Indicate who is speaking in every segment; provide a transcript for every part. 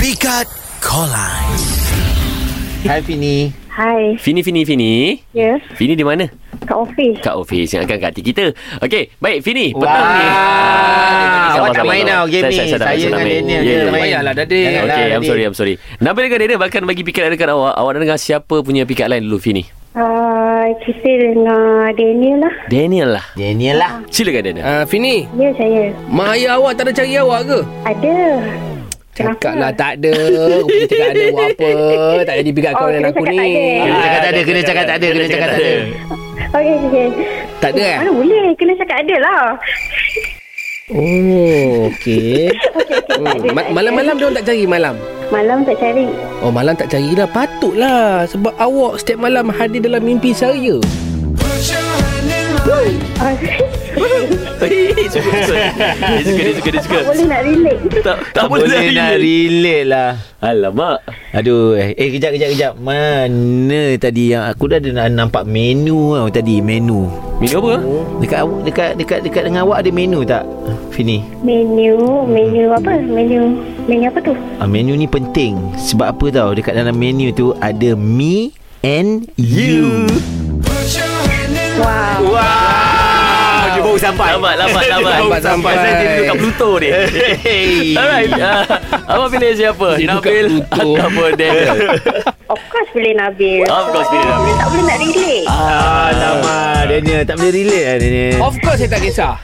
Speaker 1: Pikat Kolan.
Speaker 2: Hai Fini
Speaker 3: Hai.
Speaker 4: Fini, Fini, Fini.
Speaker 3: Ya.
Speaker 4: Fini di mana?
Speaker 3: Kat office.
Speaker 4: Kat ofis yang akan kat hati kita. Okey, baik Fini.
Speaker 2: Wah,
Speaker 4: Petang ni.
Speaker 2: awak tak Ah, main tau game ni.
Speaker 4: tak main,
Speaker 2: Saya
Speaker 4: tak
Speaker 2: dengan
Speaker 4: main.
Speaker 2: Daniel
Speaker 4: Ya,
Speaker 2: je
Speaker 4: ya.
Speaker 2: main. lah
Speaker 5: Payahlah Dadik.
Speaker 2: Janganlah,
Speaker 4: Okey, I'm
Speaker 2: Dadik.
Speaker 4: sorry, I'm sorry. Nabil dengan Daniel bahkan bagi pikat dekat awak. Awak nak dengar siapa punya pikat lain dulu, Fini?
Speaker 3: Uh, kita dengan Daniel lah.
Speaker 4: Daniel lah.
Speaker 2: Daniel lah
Speaker 4: Silakan Daniel.
Speaker 5: Uh, Fini,
Speaker 3: Ya, saya.
Speaker 5: mak ayah awak tak ada cari awak ke?
Speaker 3: Ada.
Speaker 5: Cakap lah tak ada. Rupanya cakap ada buat apa. Tak jadi pikat
Speaker 3: Oh,
Speaker 5: kau dan
Speaker 3: kena
Speaker 5: aku
Speaker 3: cakap
Speaker 5: ni.
Speaker 3: tak
Speaker 2: Kena cakap tak ada
Speaker 3: ada.
Speaker 2: Kena cakap tak ada Kena cakap tak ada
Speaker 3: Okey, okey.
Speaker 5: Tak ada eh?
Speaker 3: ya, Mana boleh? Kena cakap ada lah.
Speaker 5: Oh, okey.
Speaker 3: Okey, okey. tak ada,
Speaker 5: Hmm.
Speaker 3: tak
Speaker 5: Ma-
Speaker 3: ada.
Speaker 5: malam-malam dia orang tak cari malam.
Speaker 3: Malam tak cari.
Speaker 5: Oh, malam tak carilah. Patutlah. Sebab awak setiap malam hadir dalam mimpi saya.
Speaker 3: Oh,
Speaker 4: Hei, suka, suka. Dia suka, dia suka, dia suka.
Speaker 3: tak boleh nak relate.
Speaker 4: Tak,
Speaker 2: Tak boleh nak relate lah
Speaker 4: Alamak.
Speaker 2: Aduh Eh eh, kejap kejap kejap Mana tadi yang Aku dah ada na- nampak menu tau tadi Menu
Speaker 4: Minum apa?
Speaker 2: Dekat awak Dekat dekat dekat dengan awak ada menu tak Fini
Speaker 3: Menu, menu apa? Menu, menu apa tu?
Speaker 2: Ah, menu ni penting Sebab apa tau Dekat dalam menu tu Ada me And you
Speaker 3: Wow.
Speaker 2: Wow Ah, Dia baru sampai
Speaker 4: Lambat, lambat, lambat.
Speaker 5: Lambat sampai.
Speaker 4: Pasal dia duduk kat Pluto ni.
Speaker 2: Hey.
Speaker 4: Alright. Uh, apa pilih siapa?
Speaker 5: Dia duduk kat
Speaker 4: Nabil
Speaker 5: Pluto.
Speaker 4: ataupun Daniel?
Speaker 3: Of course boleh Nabil.
Speaker 4: Of course boleh, Nabil.
Speaker 3: Tak boleh nak relate.
Speaker 2: Ah, lama Daniel tak boleh relate lah Daniel
Speaker 5: Of course saya tak kisah.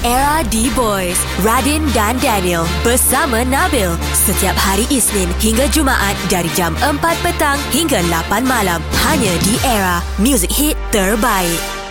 Speaker 6: Era D-Boys Radin dan Daniel Bersama Nabil Setiap hari Isnin hingga Jumaat Dari jam 4 petang hingga 8 malam Hanya di Era Music Hit Terbaik